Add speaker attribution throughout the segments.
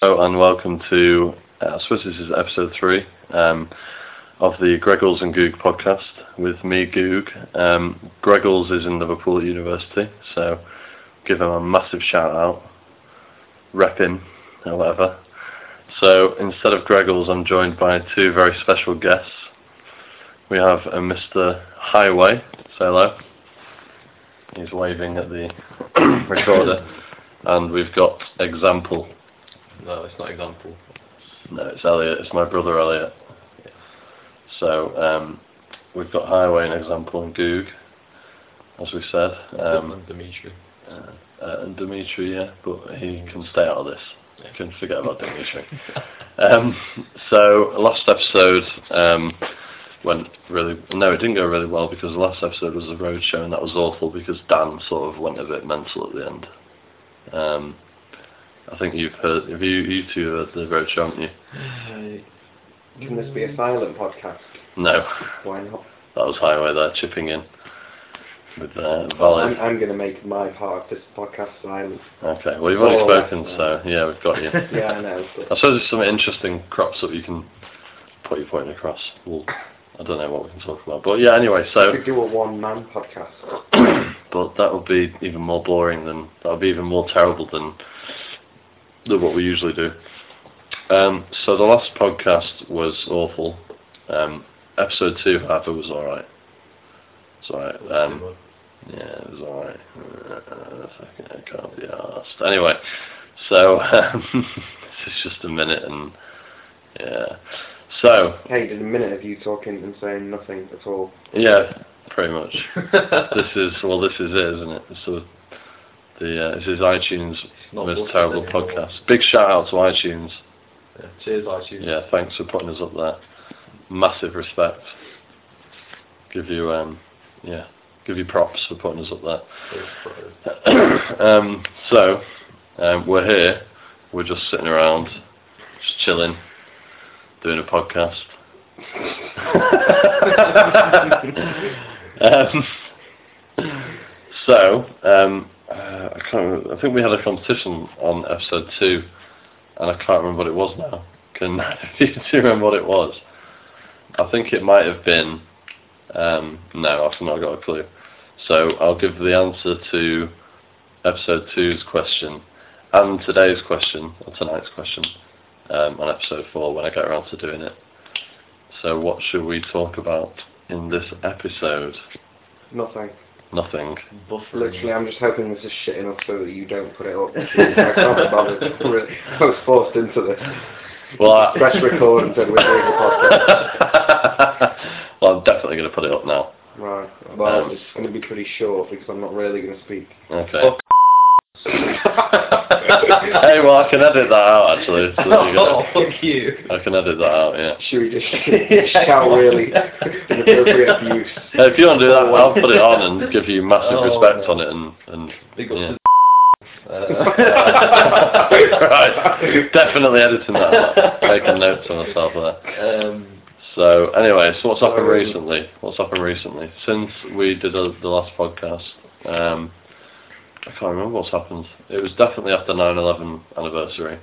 Speaker 1: Hello and welcome to, uh, I suppose this is episode three um, of the Greggles and Goog podcast with me, Goog. Um, Greggles is in Liverpool at University, so give him a massive shout out, rep him, or whatever. So instead of Greggles, I'm joined by two very special guests. We have a Mr. Highway, say hello. He's waving at the recorder. and we've got Example.
Speaker 2: No, it's not example.
Speaker 1: No, it's Elliot. It's my brother Elliot. So um, we've got Highway and Example and Goog, as we said, um,
Speaker 2: Um, Dimitri.
Speaker 1: uh, and Dimitri. Yeah, but he can stay out of this.
Speaker 2: Yeah.
Speaker 1: Can forget about Dimitri. um, so last episode um, went really. No, it didn't go really well because the last episode was a roadshow and that was awful because Dan sort of went a bit mental at the end. Um, I think you've heard. Have you you two heard the roadshow, haven't you?
Speaker 3: Can this be a silent podcast?
Speaker 1: No,
Speaker 3: Why not?
Speaker 1: that was Highway there chipping in with uh, Valet.
Speaker 3: I'm, I'm going to make my part of this podcast silent.
Speaker 1: Okay, well you've already
Speaker 3: Oh,
Speaker 1: spoken,
Speaker 3: that's
Speaker 1: so yeah, we've got you.
Speaker 3: Yeah, I know. But
Speaker 1: I suppose there's some interesting crops that you can put your point across. Well, I don't know what we can talk about, but yeah. Anyway,
Speaker 3: I
Speaker 1: so
Speaker 3: could do a one-man podcast.
Speaker 1: but that would be even more boring than that would be even more terrible than than what we usually do. Um, so the last podcast was awful. Um, episode two, however, was all right. It's all right. Um, Yeah, it was alright. Uh, fucking, I can't be asked. Anyway, so um, this is just a minute and yeah. So
Speaker 3: Hey, did a minute of you talking and saying nothing at all.
Speaker 1: yeah, pretty much. This is well, this is it, isn't it? So the uh, this is iTunes
Speaker 2: not
Speaker 1: most
Speaker 2: busted
Speaker 1: terrible
Speaker 2: anymore.
Speaker 1: podcast. Big shout out to iTunes.
Speaker 2: Yeah. Cheers, iTunes.
Speaker 1: Yeah, thanks for putting us up there. Massive respect. Give you um yeah, give you props for putting us up there. um, so, um, we're here. We're just sitting around, just chilling, doing a podcast. um, so, um, uh, I can't. Remember, I think we had a competition on episode two, and I can't remember what it was now. Can do you remember what it was? I think it might have been. Um, no, I've not got a clue. So I'll give the answer to episode two's question and today's question, or tonight's question, um, on episode four when I get around to doing it. So what should we talk about in this episode?
Speaker 3: Nothing.
Speaker 1: Nothing.
Speaker 3: Literally, I'm just hoping this is shit enough so that you don't put it up. I can't be bothered. I was forced into this.
Speaker 1: Well, I,
Speaker 3: Press record and said we're doing a podcast.
Speaker 1: well I'm definitely going to put it up now.
Speaker 3: Right. Well,
Speaker 1: Um,
Speaker 3: it's going to be pretty short because I'm not really going to speak.
Speaker 1: Okay.
Speaker 3: Oh.
Speaker 2: Fuck.
Speaker 1: hey, well, I can edit that out actually. So there you
Speaker 2: oh,
Speaker 1: go.
Speaker 2: fuck you.
Speaker 1: I can edit that out. Yeah.
Speaker 3: Should we just shout really inappropriate abuse?
Speaker 1: Hey, if you want to do that,
Speaker 3: Oh.
Speaker 1: I'll put it on and give you massive
Speaker 2: Oh,
Speaker 1: respect
Speaker 2: no.
Speaker 1: on it and and
Speaker 2: Big up
Speaker 1: Yeah.
Speaker 2: to
Speaker 1: right, definitely editing that. out. Making notes on myself there.
Speaker 2: um,
Speaker 1: So anyway, so what's happened
Speaker 3: Um,
Speaker 1: recently? What's happened recently since we did the the last podcast? Um, I can't remember what's happened. It was definitely after 9/11 anniversary,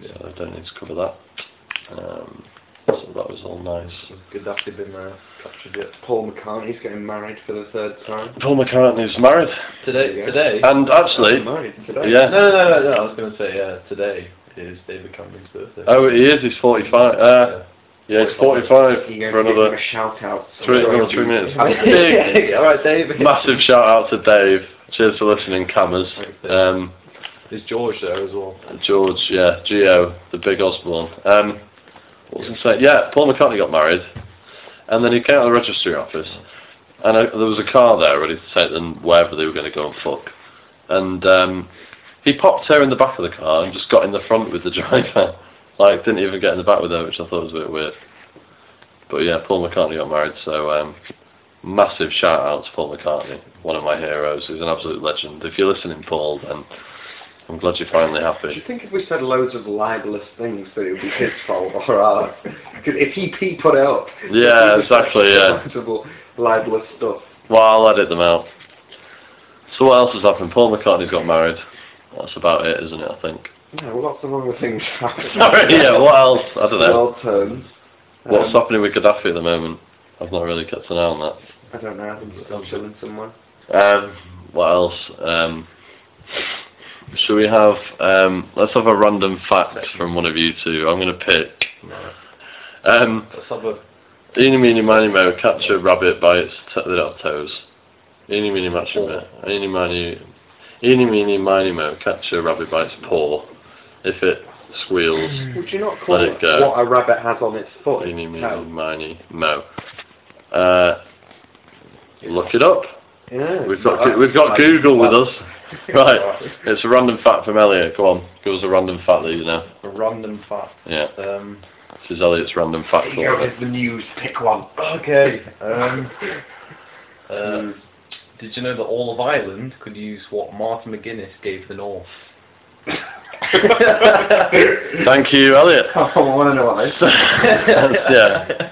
Speaker 2: yeah.
Speaker 1: so I don't need to cover that. Um, so that was all nice.
Speaker 2: Gaddafi been uh, captured yet.
Speaker 3: Paul McCartney's getting married for the third time.
Speaker 1: Paul McCartney's married,
Speaker 2: Today,
Speaker 3: Yeah.
Speaker 2: today.
Speaker 1: and actually,
Speaker 3: married today.
Speaker 1: yeah.
Speaker 2: no, no, no, no, no. I was going to say uh, today is David Cameron's birthday.
Speaker 1: Oh, he is. He's 45. Uh, yeah, he's 45
Speaker 3: You're
Speaker 1: for
Speaker 3: going to give him
Speaker 1: another
Speaker 3: a shout out.
Speaker 1: three,
Speaker 3: Sorry,
Speaker 1: another
Speaker 3: I'll
Speaker 1: three
Speaker 3: be-
Speaker 1: minutes. Big
Speaker 2: Oh, yeah. All right, David.
Speaker 1: Massive shout out to Dave. Cheers for listening, Cammers.
Speaker 2: Thanks, Dave.
Speaker 1: Um,
Speaker 2: Is George there as well?
Speaker 1: George, yeah, Geo, the big Osborne. Um, what was I saying? Yeah, Paul McCartney got married, and then he came out of the registry office, and uh, there was a car there ready to take them wherever they were going to go and fuck, and um, he popped her in the back of the car and just got in the front with the driver, like didn't even get in the back with her, which I thought was a bit weird. But yeah, Paul McCartney got married, so um, massive shout out to Paul McCartney, one of my heroes. He's an absolute legend. If you're listening, Paul, then I'm glad you're finally
Speaker 3: Do
Speaker 1: happy.
Speaker 3: you think if we said loads of libelous things that it would be his fault or ours? Because if he, he put it up. if he
Speaker 1: Yeah,
Speaker 3: was such
Speaker 1: exactly, yeah.
Speaker 3: responsible, Libelous stuff.
Speaker 1: Well, I'll edit them out. So what else has happened? Paul McCartney's got married. That's about it, isn't it? I think.
Speaker 3: Yeah, well, lots of other things happen.
Speaker 1: Sorry, yeah, what else? I don't know.
Speaker 3: World turns.
Speaker 1: What's
Speaker 3: Um,
Speaker 1: happening with Gaddafi at the moment? I've not really kept an eye on that.
Speaker 3: I don't know. I'm still chilling somewhere.
Speaker 1: Um, what else? Um, should we have? Um, let's have a random fact from one of you two. I'm going to pick. Um,
Speaker 2: Let's have a
Speaker 1: eeny, meeny, miny, mo. Catch a rabbit by its t- little toes. Eeny, meeny, match a Eeny, miny, eeny, meeny, miny, mo. Catch a rabbit by its paw. If it squeals,
Speaker 3: Would you not call
Speaker 1: Let it go.
Speaker 3: what a rabbit has on its foot?
Speaker 1: eeny, meeny,
Speaker 3: No.
Speaker 1: miny, mo. Uh, look it up.
Speaker 3: Yeah.
Speaker 1: We've got we've got Google with us. Right. It's a random fact from Elliot. Go on, give us a random fact that you know.
Speaker 2: a random fact.
Speaker 1: Yeah,
Speaker 2: Um,
Speaker 1: this is Elliot's random fact.
Speaker 3: Here you go,
Speaker 1: corner.
Speaker 3: here's the news. Pick one.
Speaker 2: okay. Um, uh,
Speaker 3: Mm.
Speaker 2: did you know that all of Ireland could use what Martin McGuinness gave the North?
Speaker 1: Thank you, Elliot.
Speaker 3: Oh, I want to know what this
Speaker 1: yeah.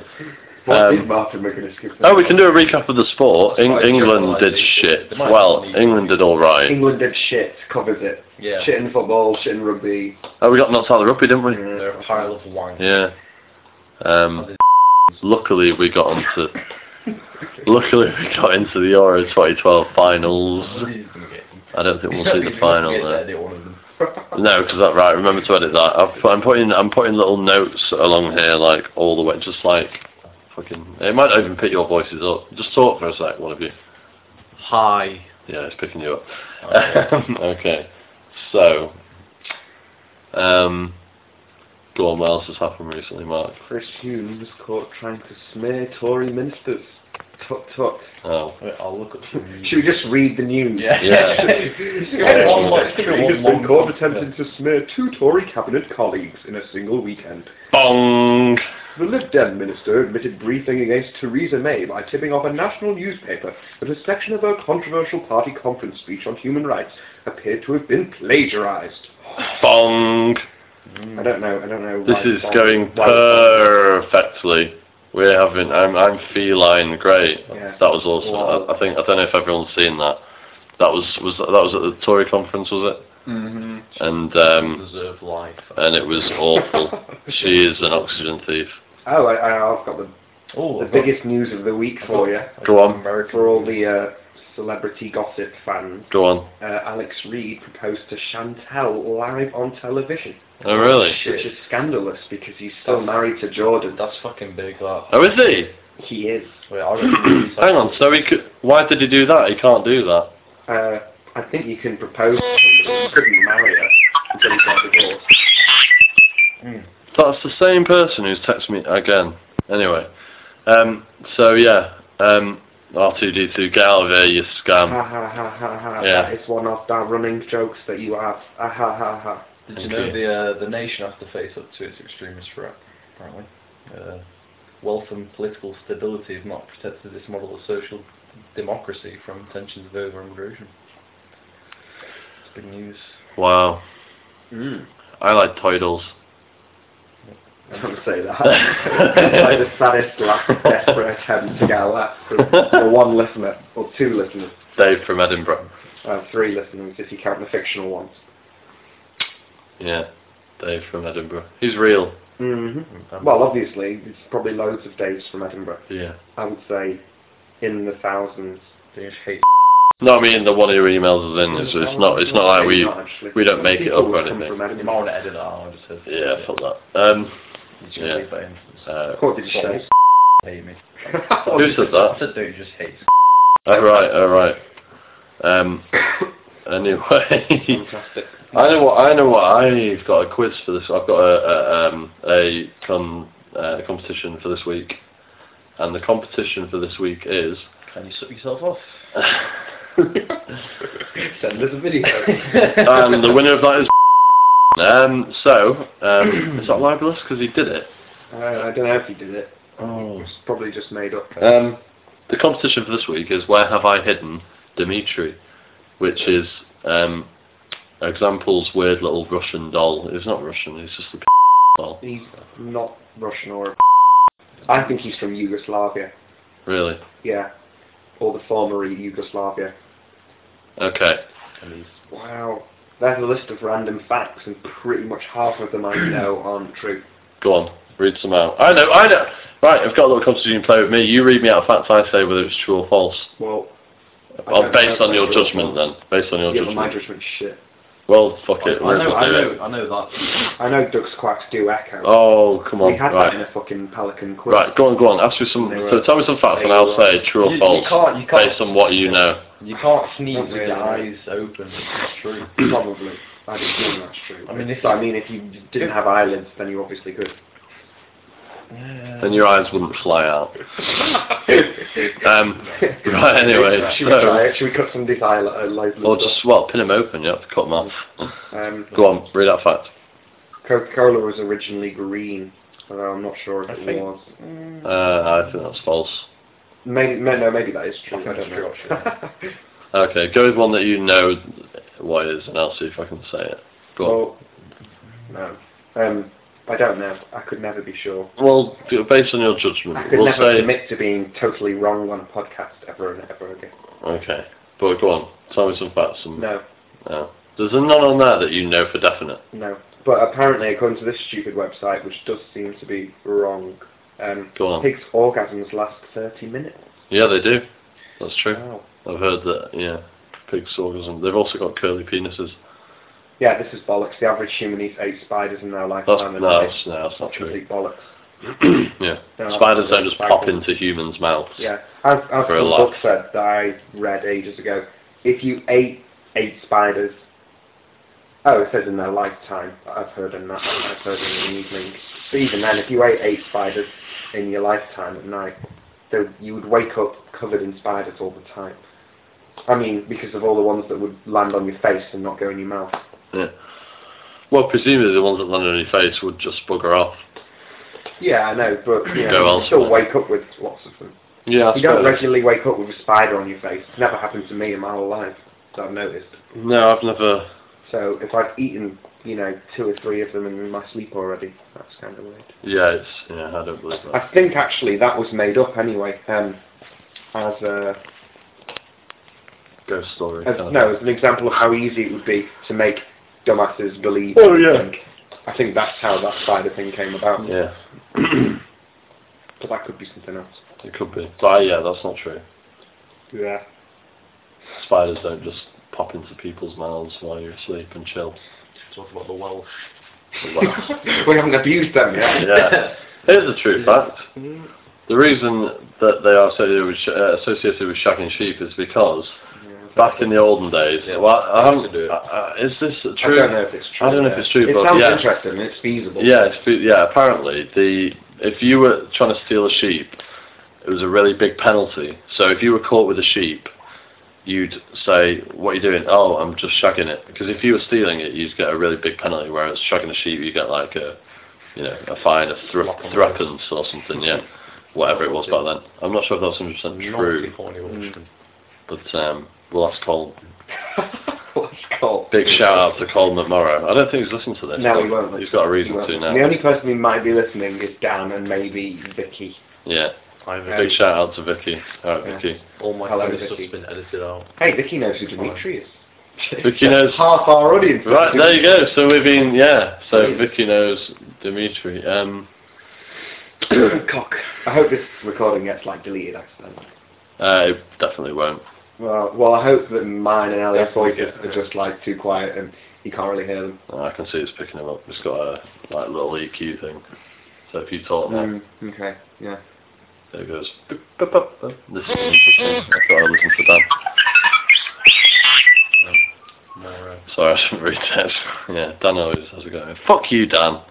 Speaker 3: What
Speaker 1: Um,
Speaker 3: did Martin McGuinness give them?
Speaker 1: Oh, we can do a recap of the sport. Eng- England did shit. Well, England did all right.
Speaker 3: England did shit, covers it.
Speaker 2: Yeah.
Speaker 3: Shit in football, shit in rugby.
Speaker 1: Oh, we got knocked out of the rugby, didn't we?
Speaker 2: They're a pile of wank.
Speaker 1: Yeah. Um, luckily, we got onto. Luckily, we got into the Euro 2012 finals. I don't think we'll see the final uh, there. No, because that right. Remember to edit that. I've put, I'm putting I'm putting little notes along here, like all the way, just like fucking. It might not even pick your voices up. Just talk for a sec, one of you.
Speaker 2: Hi.
Speaker 1: Yeah, it's picking you up.
Speaker 2: Okay.
Speaker 1: okay, so um, go on. What else has happened recently, Mark?
Speaker 3: Chris Hume was caught trying to smear Tory ministers. Tut tut.
Speaker 1: Oh,
Speaker 2: Wait, I'll look up some news.
Speaker 3: Should we just read the news?
Speaker 2: Yeah.
Speaker 1: Yeah.
Speaker 2: Yeah.
Speaker 1: One more-
Speaker 3: He has been caught attempting to smear two Tory cabinet colleagues in a single weekend.
Speaker 1: bong.
Speaker 3: The Lib Dem minister admitted briefing against Theresa May by tipping off a national newspaper that a section of her controversial party conference speech on human rights appeared to have been plagiarized.
Speaker 1: Bong.
Speaker 3: I don't know. I don't know.
Speaker 1: This
Speaker 3: why
Speaker 1: is
Speaker 3: it's
Speaker 1: going
Speaker 3: on- why it's
Speaker 1: perfectly. We're having. I'm. I'm feline. Great.
Speaker 3: Yeah.
Speaker 1: That was awesome.
Speaker 3: Wow.
Speaker 1: I, I think. I don't know if everyone's seen that. That was was that was at the Tory conference, was it?
Speaker 2: Mm-hmm.
Speaker 1: And um,
Speaker 2: Deserve life.
Speaker 1: and it was awful. she is an oxygen thief.
Speaker 3: on. Oh, I, I, I've got the,
Speaker 2: Oh,
Speaker 3: the
Speaker 2: I've got-
Speaker 3: biggest news of the week for you.
Speaker 2: I've got
Speaker 1: Go on.
Speaker 2: American-
Speaker 3: For all the uh, celebrity gossip fans,
Speaker 1: Go on.
Speaker 3: uh, Alex Reid proposed to Chantel live on television,
Speaker 1: Oh really?
Speaker 3: which is scandalous because he's still married to Jordan.
Speaker 2: That's fucking big. That.
Speaker 1: Oh is he?
Speaker 3: He is.
Speaker 2: Wait, I don't
Speaker 1: Hang on. So he could. Why did he do that? He can't do that.
Speaker 3: Uh, I think you can propose to somebody who couldn't marry her until he got divorced.
Speaker 1: That's the same person who's texted me again. Anyway. Um. So yeah. Um. R2D2, get out of here, you scam.
Speaker 3: Ha ha ha ha ha.
Speaker 1: Yeah.
Speaker 3: That is one of the running jokes that you have. Ah ha ha ha.
Speaker 2: Did
Speaker 1: Thank
Speaker 2: you know
Speaker 1: you.
Speaker 2: the uh, the nation has to face up to its extremist threat? Apparently, uh, wealth and political stability have not protected this model of social democracy from tensions of over immigration. It's big news.
Speaker 1: Wow.
Speaker 3: Mm.
Speaker 1: I like toidles.
Speaker 3: Don't say that. It's like the saddest last desperate attempt to get a laugh from for one listener, or two listeners,
Speaker 1: Dave from Edinburgh.
Speaker 3: uh, three listeners if you count the fictional ones.
Speaker 1: Yeah, Dave from Edinburgh. He's real.
Speaker 3: Mm-hmm.
Speaker 2: Um,
Speaker 3: Well, obviously, there's probably loads of Daves from Edinburgh.
Speaker 1: Yeah.
Speaker 3: I would say in the thousands.
Speaker 2: they just hate.
Speaker 1: No, I mean the one who emails us in. It's, it's not. It's not like we.
Speaker 3: Maybe not, actually.
Speaker 1: we don't make it
Speaker 3: People
Speaker 1: up or
Speaker 3: would come
Speaker 1: anything.
Speaker 3: from
Speaker 2: You
Speaker 3: Edinburgh.
Speaker 2: might want to edit that. out, I just said.
Speaker 1: Yeah, fuck that. Um.
Speaker 2: You should
Speaker 1: Yeah.
Speaker 2: leave that in.
Speaker 1: Uh,
Speaker 3: What did you
Speaker 2: Well,
Speaker 3: say?
Speaker 2: hate me.
Speaker 1: who said
Speaker 2: I
Speaker 1: that?
Speaker 2: said don't you just hate.
Speaker 1: All right. All right. Um. Anyway,
Speaker 3: Fantastic.
Speaker 1: I know what I know. What I've got a quiz for this. I've got a, a um a con uh, competition for this week, and the competition for this week is.
Speaker 2: Can you suck yourself off?
Speaker 3: Send us a video.
Speaker 1: and Um, the winner of that is. Um, so, um, is that libelous? Because he did it.
Speaker 3: Uh, I don't know if he did it.
Speaker 1: Oh.
Speaker 3: It's probably just made up.
Speaker 1: Um, the competition for this week is Where Have I Hidden Dimitri, which is um, Example's weird little Russian doll. He's not Russian, he's just a p- doll.
Speaker 3: He's not Russian or. I think he's from Yugoslavia.
Speaker 1: Really?
Speaker 3: Yeah. Or the former Yugoslavia.
Speaker 1: Okay.
Speaker 2: At least.
Speaker 3: Wow. There's a list of random facts, and pretty much half of them I know aren't true.
Speaker 1: Go on, read some out. I know, I know. Right, I've got a little competition. Play with me. You read me out facts. I say whether it's true or false.
Speaker 3: Well, I
Speaker 1: Well,
Speaker 3: don't
Speaker 1: based
Speaker 3: know
Speaker 1: on
Speaker 3: if
Speaker 1: your
Speaker 3: that's true or
Speaker 1: judgment,
Speaker 3: false.
Speaker 1: then. Based on your
Speaker 3: Yeah, but my
Speaker 1: judgment.
Speaker 3: judgment's shit.
Speaker 1: Well, fuck it.
Speaker 2: I
Speaker 1: we'll
Speaker 2: know,
Speaker 1: do
Speaker 2: I
Speaker 1: it.
Speaker 2: know, I know that.
Speaker 3: I know ducks, quacks do echo.
Speaker 1: Oh, come on.
Speaker 3: we had that in
Speaker 1: Right.
Speaker 3: a fucking pelican quiz.
Speaker 1: Right, go on, go on. Ask me some.
Speaker 3: They
Speaker 1: So
Speaker 3: were-
Speaker 1: tell me some facts,
Speaker 3: they
Speaker 1: and I'll
Speaker 3: were-
Speaker 1: say true or
Speaker 2: You- you
Speaker 1: false
Speaker 2: can't- you can't-
Speaker 1: based on what you know.
Speaker 2: You can't sneeze
Speaker 3: Not
Speaker 2: with your
Speaker 3: really.
Speaker 2: eyes open. It's true.
Speaker 3: Probably. I just think that's true.
Speaker 2: I mean, if
Speaker 3: So,
Speaker 2: you-
Speaker 3: I mean, if you didn't have eyelids, then you obviously could.
Speaker 1: Then your eyes wouldn't fly out. Um, right. Anyway,
Speaker 3: should, we
Speaker 1: so
Speaker 3: try it? should we cut somebody's eye- uh, eyelids?
Speaker 1: or just well, pin them open. You have to cut them off.
Speaker 3: Um,
Speaker 1: Go on, read that fact.
Speaker 3: Coca-Cola was originally green, although I'm not sure if
Speaker 2: I
Speaker 3: it
Speaker 2: think-
Speaker 3: was.
Speaker 1: Uh, I think that's false.
Speaker 3: Maybe, no, no, maybe that is true.
Speaker 2: I think
Speaker 3: I don't
Speaker 2: that's
Speaker 3: know.
Speaker 2: true,
Speaker 1: Okay, go with one that you know what it is, and I'll see if I can say it. Go
Speaker 3: well, no. Um, I don't know. I could never be sure.
Speaker 1: on. Well, d- based on your
Speaker 3: I
Speaker 1: judgment,
Speaker 3: could
Speaker 1: we'll
Speaker 3: never
Speaker 1: say
Speaker 3: admit to being totally wrong on a podcast ever and ever again.
Speaker 1: okay. But go on, tell me some facts. Some,
Speaker 3: No,
Speaker 1: no. There's none on there that you know for definite.
Speaker 3: no. But apparently, according to this stupid website, which does seem to be wrong, um,
Speaker 1: Go on.
Speaker 3: pigs' orgasms last 30 minutes.
Speaker 1: Yeah, they do. That's true.
Speaker 3: Wow.
Speaker 1: I've heard that. Yeah, pigs orgasm. They've also got curly penises.
Speaker 3: Yeah, this is bollocks. The average human eats eight spiders in their lifetime.
Speaker 1: That's no,
Speaker 3: and
Speaker 1: that's,
Speaker 3: it's
Speaker 1: no, that's not true.
Speaker 3: complete bollocks.
Speaker 1: yeah,
Speaker 3: No,
Speaker 1: spiders don't
Speaker 3: that's
Speaker 1: just pop
Speaker 3: spiders.
Speaker 1: into humans' mouths.
Speaker 3: Yeah, as, as
Speaker 1: For
Speaker 3: the
Speaker 1: a laugh.
Speaker 3: book said that I read ages ago, if you ate eight spiders, oh, it says in their lifetime. I've heard in that. I've heard in the evening. But even then, if you ate eight spiders in your lifetime at night, so you would wake up covered in spiders all the time. I mean, because of all the ones that would land on your face and not go in your mouth.
Speaker 1: Well, presumably the ones that land on your face would just bugger off.
Speaker 3: Yeah, I know, but you,
Speaker 1: Go
Speaker 3: know, you still
Speaker 1: elsewhere.
Speaker 3: wake up with lots of them.
Speaker 1: Yeah, I
Speaker 3: You don't
Speaker 1: suppose.
Speaker 3: regularly wake up with a spider on your face. It's never happened to me in my whole life that I've noticed.
Speaker 1: No, I've never.
Speaker 3: So if I've eaten, you know, two or three of them in my sleep already, that's kind of weird.
Speaker 1: Yeah, it's yeah. I don't believe that.
Speaker 3: I think actually that was made up anyway, um, as a
Speaker 1: Ghost story.
Speaker 3: as,
Speaker 1: kind of.
Speaker 3: no, as an example of how easy it would be to make dumbasses believe.
Speaker 1: Oh, yeah.
Speaker 3: something. I think that's how that spider thing came about.
Speaker 1: Yeah,
Speaker 3: But that could be something else.
Speaker 1: it could be. But uh, yeah, that's not true.
Speaker 3: Yeah.
Speaker 1: Spiders don't just pop into people's mouths while you're asleep and chill.
Speaker 2: Talk about the Welsh.
Speaker 3: we haven't abused them yet.
Speaker 1: yeah. Here's a true fact. The reason that they are associated with, sh- uh, associated with shagging sheep is because back in the olden days,
Speaker 2: Yeah,
Speaker 1: well, I
Speaker 2: they used
Speaker 1: haven't.
Speaker 2: to do it.
Speaker 1: Uh, uh, is this
Speaker 3: I
Speaker 1: true?
Speaker 3: don't know if it's true.
Speaker 1: I don't know if
Speaker 3: yeah.
Speaker 1: it's true,
Speaker 3: It
Speaker 1: but
Speaker 3: sounds
Speaker 1: yeah.
Speaker 3: interesting. and It's feasible.
Speaker 1: Yeah, it's, fe- yeah. Apparently, the if you were trying to steal a sheep, it was a really big penalty. So if you were caught with a sheep, you'd say, "What are you doing?" "Oh, I'm just shagging it." Because if you were stealing it, you'd get a really big penalty. Whereas shagging a sheep, you get like a, you know, a fine of thr-
Speaker 2: Lock on the
Speaker 1: threepence or something. Yeah, whatever it was back then. I'm not sure if that's 100 percent
Speaker 2: Naughty,
Speaker 1: true,
Speaker 2: horny Welsh.
Speaker 1: but um, we'll ask Cole.
Speaker 3: What's it called?
Speaker 1: Big shout out to Cole McMorrow. I don't think he's listened to this.
Speaker 3: No,
Speaker 1: but
Speaker 3: he won't.
Speaker 1: He's got a
Speaker 3: He
Speaker 1: reason
Speaker 3: won't.
Speaker 1: to now.
Speaker 3: The only person who might be listening is Dan and maybe Vicky.
Speaker 1: Yeah.
Speaker 2: I've
Speaker 3: Yeah.
Speaker 1: Big shout out to Vicky. All right,
Speaker 3: Yeah.
Speaker 1: Vicky.
Speaker 2: All my
Speaker 3: Hello,
Speaker 2: Hello, stuff's
Speaker 3: Vicky.
Speaker 2: been edited out.
Speaker 3: Hey, Vicky knows who Dimitri is.
Speaker 1: Vicky knows.
Speaker 3: Half our audience.
Speaker 1: Right, there you go. So we've been, yeah. So
Speaker 3: Brilliant.
Speaker 1: Vicky knows Dimitri. Um,
Speaker 3: Cock. I hope this recording gets like deleted accidentally.
Speaker 1: uh, it definitely won't.
Speaker 3: Well, well, I hope that mine and Elliot's
Speaker 2: Definitely
Speaker 3: voices
Speaker 2: get-
Speaker 3: are just like too quiet and you can't really hear them.
Speaker 1: Oh, I can see it's picking him up. It's got a like little EQ thing. So if you talk now,
Speaker 3: Mm, okay. Yeah.
Speaker 1: there it goes. Boop, boop, boop, boop. This is interesting. I thought I listened to Dan.
Speaker 2: More, uh,
Speaker 1: Sorry, I shouldn't read that. yeah, Dan always has a go. at me. Fuck you, Dan.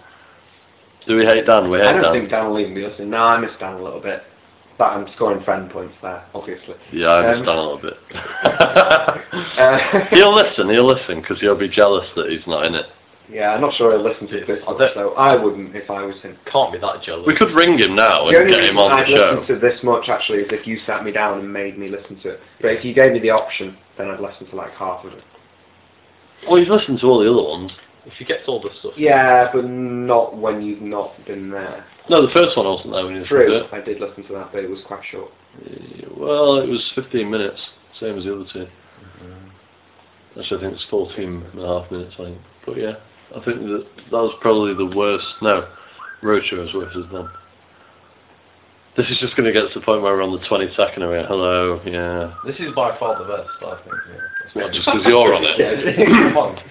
Speaker 1: Do we hate Dan? We
Speaker 3: I
Speaker 1: hate
Speaker 3: don't
Speaker 1: Dan.
Speaker 3: think Dan will even be listening. No, I miss Dan a little bit. But I'm scoring friend points there, obviously.
Speaker 1: Yeah, I
Speaker 3: Um,
Speaker 1: miss Dan a little bit.
Speaker 3: Uh,
Speaker 1: he'll listen. He'll listen because he'll be jealous that he's not in it.
Speaker 3: Yeah, I'm not sure he'll listen to this
Speaker 2: I
Speaker 3: much,
Speaker 2: don't-
Speaker 3: though. I wouldn't if I was him.
Speaker 2: can't be that jealous.
Speaker 1: We could ring him now
Speaker 2: Oh,
Speaker 3: the
Speaker 1: and
Speaker 3: only
Speaker 1: get
Speaker 3: reason
Speaker 1: him on
Speaker 3: I'd
Speaker 1: the show.
Speaker 3: listen to this much actually is if you sat me down and made me listen to it. But if you gave me the option, then I'd listen to like half of it.
Speaker 1: Well, he's listened to all the other ones.
Speaker 2: If he gets all the stuff.
Speaker 3: Yeah, but not when you've not been there.
Speaker 1: No, the first one wasn't there when you listened
Speaker 3: True,
Speaker 1: to
Speaker 3: I did listen to that, but it was quite short.
Speaker 1: it. Well, it was 15 minutes, same as the other two. Actually, I think it's 14 and a half minutes, I think. But yeah, I think that that was probably the worst. No, Roadshow is worse than them. This is just going to get to the point where we're on the 22nd and we're hello, yeah.
Speaker 2: This is by far the best, I think. Yeah. That's
Speaker 1: Well, just 'cause you're on it.
Speaker 2: Come on.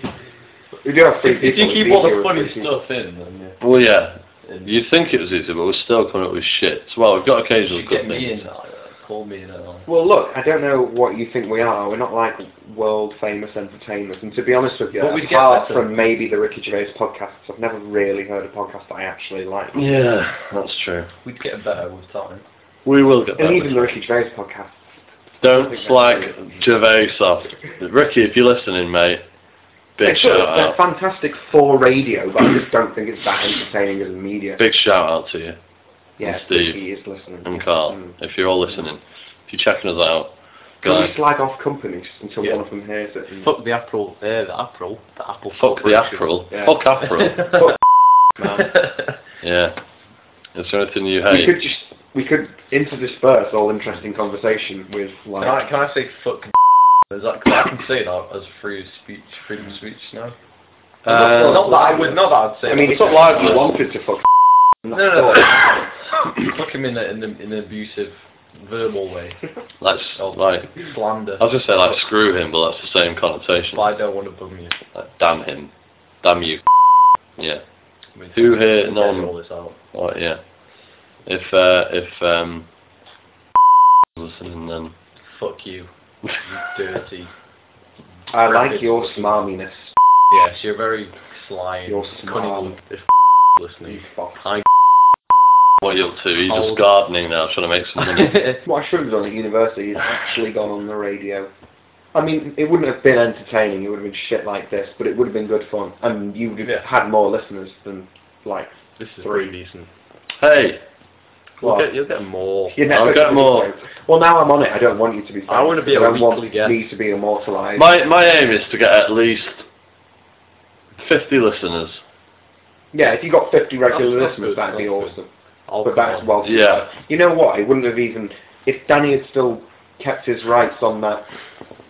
Speaker 3: We do have three
Speaker 2: If
Speaker 3: people.
Speaker 2: you
Speaker 3: we
Speaker 2: keep
Speaker 3: do
Speaker 2: all the
Speaker 3: deal with
Speaker 2: funny
Speaker 3: three people.
Speaker 2: stuff in, then yeah.
Speaker 1: Well, yeah,
Speaker 2: And you
Speaker 1: you'd think it was easy, but we're still coming up with shit. Well, we've got occasional
Speaker 2: should
Speaker 1: good
Speaker 2: get me
Speaker 1: things.
Speaker 2: in. uh, Call me in. uh,
Speaker 3: Well, look, I don't know what you think we are. We're not like world famous entertainers. And to be honest with you,
Speaker 2: But we'd get
Speaker 3: apart
Speaker 2: better.
Speaker 3: from maybe the Ricky Gervais podcasts, I've never really heard a podcast that I actually like.
Speaker 1: Yeah, that's true.
Speaker 2: We'd get better with time.
Speaker 1: We will get
Speaker 3: And even the
Speaker 1: that.
Speaker 3: Ricky Gervais podcast.
Speaker 1: Don't slag Gervais off. Ricky, if you're listening, mate, big
Speaker 3: They're good.
Speaker 1: shout
Speaker 3: They're
Speaker 1: out.
Speaker 3: fantastic for radio, but I just don't think it's that entertaining as a media.
Speaker 1: Big shout out to you
Speaker 3: yeah,
Speaker 1: Steve.
Speaker 3: he is listening.
Speaker 1: and Carl.
Speaker 3: Mm.
Speaker 1: If you're all listening, if you're checking us out,
Speaker 3: Can
Speaker 1: guys,
Speaker 3: we slag off companies until
Speaker 2: Yeah.
Speaker 3: one of them hears it? and-
Speaker 2: Fuck the April. Uh, the April. The Apple.
Speaker 1: fuck the April.
Speaker 3: Yeah.
Speaker 1: Fuck April.
Speaker 3: Fuck,
Speaker 2: man.
Speaker 1: yeah. Is there anything you
Speaker 3: We
Speaker 1: hate?
Speaker 3: could just we could interdisperse all interesting conversation with
Speaker 2: Can I,
Speaker 3: like
Speaker 2: can I say fuck? Is that, cause I can say that as free speech, freedom of speech now.
Speaker 1: Uh,
Speaker 2: not that I would, not that I'd say.
Speaker 3: I mean
Speaker 2: that.
Speaker 3: it's not like you wanted to fuck
Speaker 2: no, no, no. fuck him in, a, in, a, in an abusive, verbal way.
Speaker 1: Let's
Speaker 3: Oh.
Speaker 1: like.
Speaker 2: Slander.
Speaker 1: I was gonna say like screw him, but that's the same connotation.
Speaker 2: I don't want to bum you.
Speaker 1: Like, damn him, damn you. Yeah.
Speaker 2: I mean,
Speaker 1: Who here?
Speaker 2: edit
Speaker 1: No one.
Speaker 2: all this out.
Speaker 1: Right, Oh, yeah. If uh, if um, listening then.
Speaker 2: Fuck you. You dirty.
Speaker 3: I like your smarminess.
Speaker 2: Yes, you're very sly. and
Speaker 3: You're
Speaker 2: cunning
Speaker 3: smart.
Speaker 2: little- If listening.
Speaker 3: You fuck.
Speaker 1: What are you up to? He's
Speaker 2: Old.
Speaker 1: just gardening now, trying to make some money.
Speaker 3: What I should have done at university is actually gone on the radio. I mean, it wouldn't have been entertaining. It would have been shit like this, but it would have been good fun, and you would have
Speaker 2: Yeah.
Speaker 3: had more listeners than like.
Speaker 2: this is
Speaker 3: Three.
Speaker 2: pretty decent.
Speaker 1: hey,
Speaker 2: You'll
Speaker 3: What?
Speaker 2: get, you'll get more.
Speaker 3: Your
Speaker 1: I'll
Speaker 3: network
Speaker 1: get
Speaker 3: would be
Speaker 1: more.
Speaker 3: great. Well, now I'm on it. I don't want you to be.
Speaker 2: I wanna be a
Speaker 3: famous. I don't want
Speaker 2: weekly guest.
Speaker 3: me to be immortalized.
Speaker 1: my my aim is to get at least fifty listeners.
Speaker 3: yeah, if you got 50 regular
Speaker 2: That's- that's
Speaker 3: listeners,
Speaker 2: good,
Speaker 3: that'd be
Speaker 2: that's
Speaker 3: awesome.
Speaker 2: I'll
Speaker 3: But that's
Speaker 2: come on.
Speaker 3: well.
Speaker 1: Yeah.
Speaker 3: You know what? It wouldn't have even if Danny had still kept his rights on that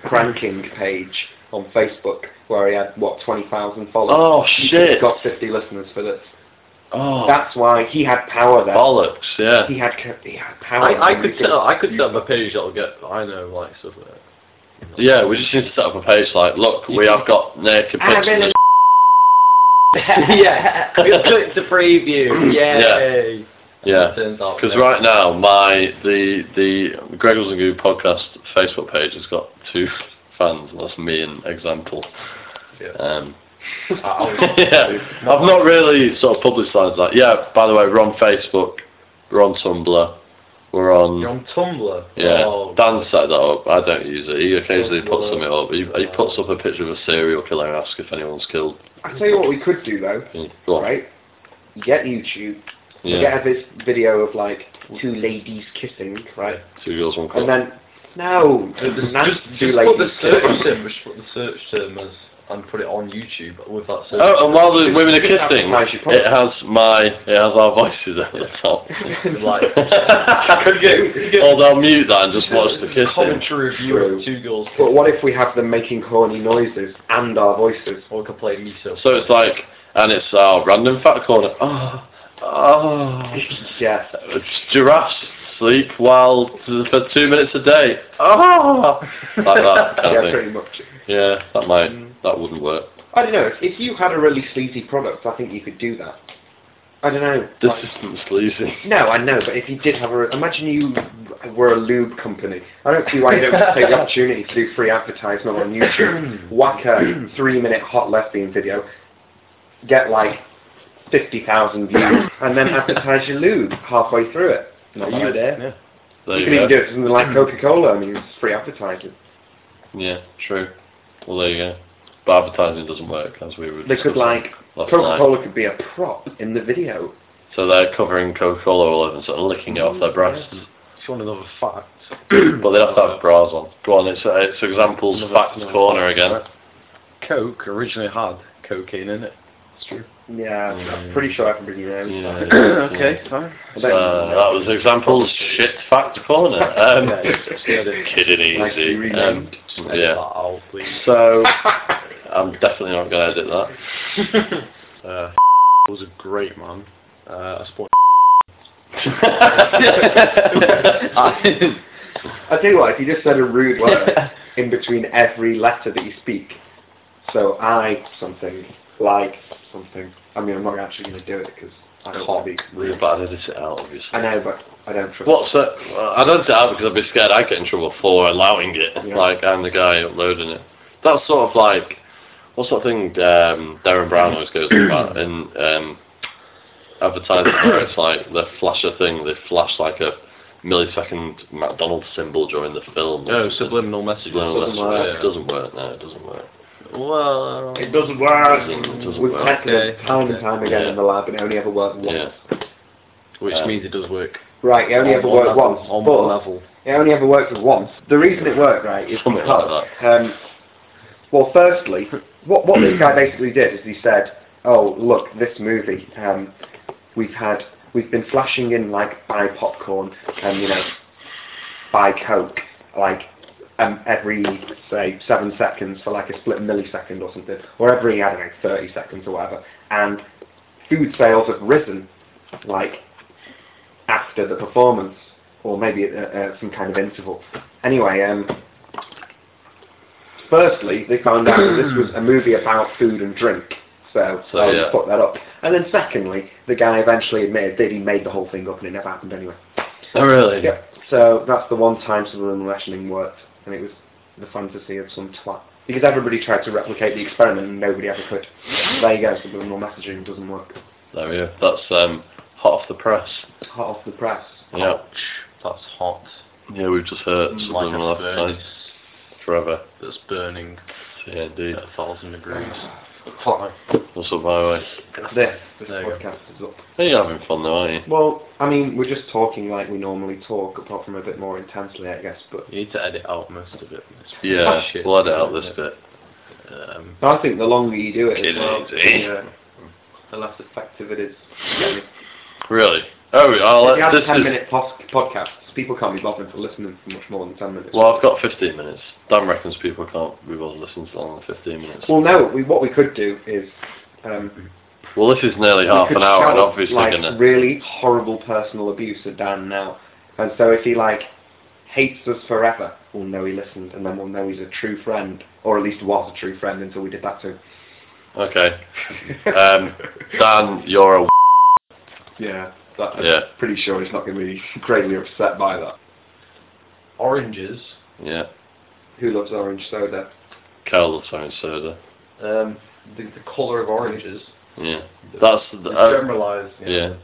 Speaker 3: cranking page on Facebook where he had what 20,000 followers.
Speaker 1: Oh
Speaker 3: He could have
Speaker 1: shit!
Speaker 3: Got 50 listeners for this.
Speaker 1: Oh
Speaker 3: That's why he had power there.
Speaker 1: bollocks! Yeah.
Speaker 3: He had co- he had power.
Speaker 2: I, I
Speaker 3: and he
Speaker 2: could set up, I could set up a page that'll get I know like stuff like that.
Speaker 1: Yeah, we just need to set up a page like, look, we have got naked
Speaker 3: Ah,
Speaker 1: pictures.
Speaker 3: really?
Speaker 2: yeah, we clicked the preview. Yay!
Speaker 1: Yeah.
Speaker 2: Turns out
Speaker 1: Because
Speaker 2: no.
Speaker 1: right now, my the the Gregor's and Goo podcast Facebook page has got two fans, and that's me and example.
Speaker 2: Yeah.
Speaker 1: Um,
Speaker 2: I'll-
Speaker 1: yeah, I've not really sort of publicised that. Yeah, by the way, we're on Facebook, we're on Tumblr, we're on.
Speaker 2: You're on Tumblr.
Speaker 1: Yeah,
Speaker 2: Oh,
Speaker 1: Dan set that up. I don't use it. He occasionally
Speaker 2: Well,
Speaker 1: puts something up. He, he puts up a picture of a serial killer and asks if anyone's killed.
Speaker 3: I tell you what, we could do though,
Speaker 1: Go on.
Speaker 3: right? Get YouTube.
Speaker 1: Yeah,
Speaker 3: Get this video of like two ladies kissing, right?
Speaker 1: two girls, one cup.
Speaker 3: And then no,
Speaker 2: Just,
Speaker 3: it's nice
Speaker 2: just-
Speaker 3: to
Speaker 2: just
Speaker 3: do
Speaker 2: put the
Speaker 3: ladies
Speaker 2: search
Speaker 3: kissing.
Speaker 2: term, just put the search term as, and put it on YouTube with that search.
Speaker 1: Oh, and while the women are
Speaker 3: Just
Speaker 1: kissing,
Speaker 3: advertise your
Speaker 1: it
Speaker 3: product.
Speaker 1: has my, it has our voices at the top.
Speaker 2: like,
Speaker 3: Could do.
Speaker 1: Or they'll mute that and just watch the kissing.
Speaker 2: Commentary review
Speaker 3: True.
Speaker 2: of two girls.
Speaker 3: But what if we have them making horny noises and our voices?
Speaker 2: Or we could play me so.
Speaker 1: So it's like, and it's our random fact corner. Oh, oh.
Speaker 3: yeah.
Speaker 1: It's giraffes sleep while for two minutes a day. Oh, like that kind
Speaker 3: Yeah, Mm.
Speaker 1: of thing.
Speaker 3: pretty much.
Speaker 1: Yeah, that might, that wouldn't work.
Speaker 3: I don't know. If, if you had a really sleazy product, I think you could do that. I don't know.
Speaker 1: This
Speaker 3: like-
Speaker 1: isn't sleazy.
Speaker 3: no, I know, but if you did have a, imagine you were a lube company. I don't see why you don't just take the opportunity to do free advertisement on YouTube. Whack a three-minute hot lesbian video, get like fifty thousand views, and then advertise your lube halfway through it. Not a bad
Speaker 2: you
Speaker 3: idea.
Speaker 2: Yeah.
Speaker 1: eh? There
Speaker 3: You
Speaker 1: you
Speaker 3: can
Speaker 1: go.
Speaker 3: even do it for something like Coca-Cola. I mean, it's free advertising.
Speaker 1: Yeah, true. Well, there you go. But advertising doesn't work, as we were
Speaker 3: They could
Speaker 1: discussing
Speaker 3: like
Speaker 1: last night.
Speaker 3: Coca-Cola could be a prop in the video.
Speaker 1: So they're covering Coca-Cola all over and sort of licking it off
Speaker 3: Mm,
Speaker 1: their breasts.
Speaker 2: If you want another fact.
Speaker 1: But they'd have to have bras on. Go on, it's, uh, it's examples
Speaker 2: Another-
Speaker 1: facts
Speaker 2: another
Speaker 1: corner
Speaker 2: fact.
Speaker 1: again.
Speaker 2: Coke originally had cocaine in it. It's true.
Speaker 3: Yeah, I'm
Speaker 1: Yeah.
Speaker 3: pretty sure I can bring you those.
Speaker 1: Mm. Yeah.
Speaker 3: okay, fine.
Speaker 1: So Uh, that was examples shit fact corner. Um,
Speaker 2: Yeah,
Speaker 1: kidding easy. Um,
Speaker 2: Edit that
Speaker 1: yeah.
Speaker 2: out, please.
Speaker 1: So I'm definitely not going to edit that.
Speaker 2: Uh, was a great man. Uh, I support.
Speaker 3: I tell you what, if you just said a rude word in between every letter that you speak, so I something, like something. I mean, I'm not actually going to do it because I don't want to be
Speaker 1: Really
Speaker 3: rude.
Speaker 1: bad edit it out, obviously.
Speaker 3: I know, but I don't trust.
Speaker 1: What's that? well, uh, I don't doubt because I'd be scared I'd get in trouble for allowing it.
Speaker 3: Yeah.
Speaker 1: Like I'm the guy uploading it. That's sort of like what's that thing um, Darren Brown always goes on about in um, advertising where it's like the flasher thing. They flash like a millisecond McDonald's symbol during the film.
Speaker 2: No Oh, subliminal message.
Speaker 1: Well, that's
Speaker 3: Doesn't work.
Speaker 1: right. It doesn't work. No, it doesn't work.
Speaker 2: Well,
Speaker 3: It doesn't
Speaker 1: It
Speaker 3: work.
Speaker 1: doesn't- it doesn't
Speaker 3: We've
Speaker 1: work.
Speaker 3: tested it
Speaker 2: Okay.
Speaker 3: time and time again
Speaker 1: Yeah.
Speaker 3: in the lab, and it only ever worked once.
Speaker 1: Yeah.
Speaker 2: which
Speaker 1: Um,
Speaker 2: means it does work.
Speaker 3: Right, it only
Speaker 2: on
Speaker 3: ever
Speaker 2: one
Speaker 3: worked
Speaker 2: level,
Speaker 3: once.
Speaker 2: On
Speaker 3: but
Speaker 2: one level.
Speaker 3: It only ever worked once. The reason it worked, right, is
Speaker 1: Something like
Speaker 3: because, um, well, firstly, what, what this guy basically did is he said, oh, look, this movie, um, we've had, we've been flashing in, like, buy popcorn and, you know, buy Coke, like, um, every, say, seven seconds for, like, a split millisecond or something, or every, I don't know, 30 seconds or whatever, and food sales have risen, like, after the performance, or maybe at, uh, some kind of interval. Anyway, um, firstly, they found out that this was a movie about food and drink, so,
Speaker 1: So,
Speaker 3: I'll
Speaker 1: yeah.
Speaker 3: just put that up. And then secondly, the guy eventually admitted that he made the whole thing up and it never happened anyway.
Speaker 1: Oh really?
Speaker 3: Yep. So that's the one time subliminal rationing worked, and it was the fantasy of some twat. Because everybody tried to replicate the experiment and nobody ever could. There you go, subliminal messaging doesn't work.
Speaker 1: There we go. That's um, hot off the press.
Speaker 3: Hot off the press.
Speaker 1: Yeah.
Speaker 2: Ouch. That's hot.
Speaker 1: Yeah, we've just heard
Speaker 2: Mm, Like
Speaker 1: subliminal
Speaker 2: a
Speaker 1: advertising
Speaker 2: furnace
Speaker 1: forever.
Speaker 2: that's burning
Speaker 1: Yeah, indeed.
Speaker 2: at a thousand degrees.
Speaker 3: Fine.
Speaker 1: What's up, by the way?
Speaker 3: This, this
Speaker 2: There you go.
Speaker 3: podcast is up.
Speaker 1: Hey, You're having fun though, aren't you?
Speaker 3: Well, I mean, we're just talking like we normally talk, apart from a bit more intensely, I guess. But
Speaker 2: You need to edit out most of it. It's
Speaker 1: Yeah,
Speaker 2: shit.
Speaker 1: blood out this bit.
Speaker 2: Um,
Speaker 3: I think the longer you do it, as
Speaker 1: Kidding,
Speaker 3: well,
Speaker 1: eh?
Speaker 3: the, uh, the less effective it is.
Speaker 1: Really? Oh, I'll
Speaker 3: if
Speaker 1: let,
Speaker 3: you have
Speaker 1: this is.
Speaker 3: ten-minute pos- podcasts, people can't be bothered for listening for much more than ten minutes.
Speaker 1: Well, I've got 15 minutes. Dan reckons people can't be bothered listening to longer than 15 minutes.
Speaker 3: Well, no. We, what we could do is um,
Speaker 1: Well, this is nearly
Speaker 3: we
Speaker 1: half
Speaker 3: could
Speaker 1: an hour, and
Speaker 3: shout,
Speaker 1: obviously
Speaker 3: like
Speaker 1: gonna.
Speaker 3: really horrible personal abuse at Dan now, and so if he like hates us forever, we'll know he listened, and then we'll know he's a true friend, or at least was a true friend until we did that to him.
Speaker 1: Okay. Um, Dan, you're a.
Speaker 3: yeah, that, I'm
Speaker 1: Yeah,
Speaker 3: pretty sure he's not going to be greatly upset by that.
Speaker 2: oranges.
Speaker 1: yeah.
Speaker 3: Who loves orange soda?
Speaker 1: Carol Tone Soda.
Speaker 2: Um, the, the colour of oranges.
Speaker 1: Yeah.
Speaker 2: The,
Speaker 1: That's.
Speaker 2: the
Speaker 1: The, oh,
Speaker 2: generalised. you
Speaker 1: yeah.
Speaker 2: know,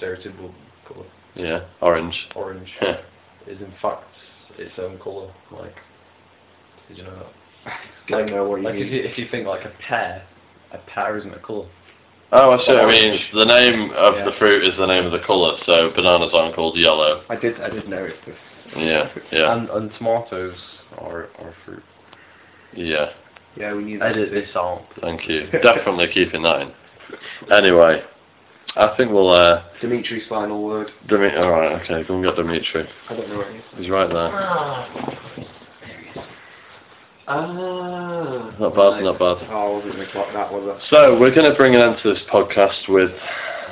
Speaker 2: Stereotypical colour,
Speaker 1: yeah, orange.
Speaker 2: orange,
Speaker 1: Yeah.
Speaker 2: is in fact its own colour. Like, did you know that?
Speaker 3: Don't know what you
Speaker 2: Like if
Speaker 3: mean.
Speaker 2: you, if you think like a pear, a pear isn't a colour.
Speaker 1: Oh, I see what I mean.
Speaker 2: Orange.
Speaker 1: The name of
Speaker 2: Yeah.
Speaker 1: the fruit is the name of the colour, so bananas aren't called yellow.
Speaker 3: I did, I did notice this.
Speaker 1: Yeah, yeah,
Speaker 2: And and tomatoes are are fruit.
Speaker 1: yeah.
Speaker 3: Yeah, we knew that.
Speaker 2: Edit this out.
Speaker 1: Thank you. Definitely keeping that in. Anyway, I think we'll. Uh,
Speaker 3: Dimitri's final word.
Speaker 1: Dimi- all right, okay, go and get Dimitri.
Speaker 3: I don't know what it is.
Speaker 1: He's right there.
Speaker 3: Ah.
Speaker 1: Not bad, not bad.
Speaker 3: Oh, I wasn't going to clock that, was
Speaker 1: So we're going to bring an end to this podcast with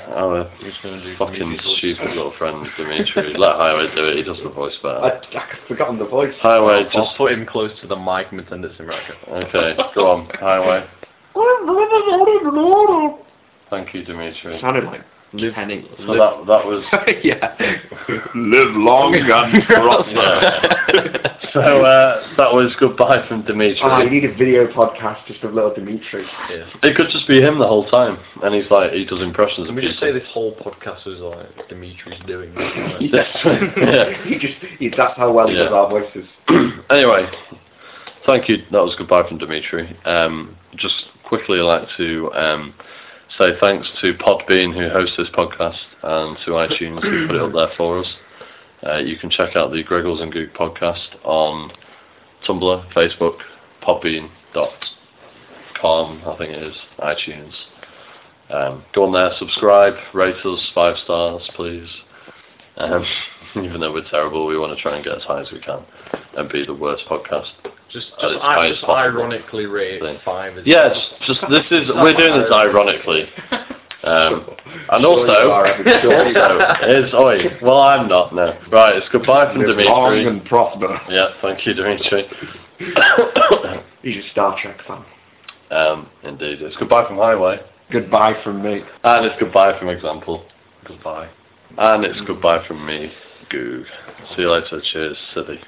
Speaker 1: our
Speaker 2: Who's gonna do
Speaker 1: fucking
Speaker 2: comedies?
Speaker 1: stupid little friend Dimitri. Let Highway do it. He does the voice
Speaker 3: I?
Speaker 1: better.
Speaker 3: I, I've forgotten the voice.
Speaker 1: Highway,
Speaker 2: I'll
Speaker 1: just
Speaker 2: put him close to the mic and pretend it's in Russia.
Speaker 1: okay. Go on, Highway. Thank you, Dimitri.
Speaker 3: sounded like
Speaker 2: Live,
Speaker 3: Henning.
Speaker 1: So that that was
Speaker 3: yeah.
Speaker 1: live long and prosper. so uh, that was goodbye from
Speaker 3: Oh,
Speaker 2: Ah,
Speaker 1: Dimitri.
Speaker 3: you need a video podcast just of little Dimitri.
Speaker 2: Yeah.
Speaker 1: It could just be him the whole time, and he's like he does impressions
Speaker 2: Can
Speaker 1: of
Speaker 2: we just
Speaker 1: people.
Speaker 2: say this whole podcast was like Dimitri's doing? this?
Speaker 1: Yes. Yeah.
Speaker 3: he just, he, that's how well he
Speaker 1: Yeah.
Speaker 3: does our voices.
Speaker 1: anyway, thank you. That was goodbye from Dimitri. Um, just quickly, I'd like to um, say thanks to Podbean, who hosts this podcast, and to iTunes, who put it up there for us. Uh, you can check out the Greggles and Goog podcast on Tumblr, Facebook, podbean.com. com, I think it is, iTunes. Um, go on there, subscribe, rate us five stars, please. Um, even though we're terrible, we want to try and get as high as we can and be the worst podcast.
Speaker 4: Just,
Speaker 1: Uh,
Speaker 4: just,
Speaker 1: it's
Speaker 4: I,
Speaker 1: fine,
Speaker 4: just
Speaker 1: it's possible.
Speaker 4: ironically rate
Speaker 1: Thing.
Speaker 4: five. As
Speaker 1: Yeah, it's just this is we're doing this ironically, um, and also,
Speaker 3: you are, Evan, sure you
Speaker 1: also it's oi. Well, I'm not no. Right, it's goodbye from
Speaker 5: Live long
Speaker 1: Dimitri.
Speaker 5: and prosper.
Speaker 1: Yeah, thank you, Dimitri.
Speaker 3: He's a Star Trek fan.
Speaker 1: um, indeed, it's goodbye from Highway,
Speaker 5: Goodbye from me.
Speaker 1: and it's goodbye from Example. Goodbye, and it's goodbye from me, Goog. See you later. Cheers, City.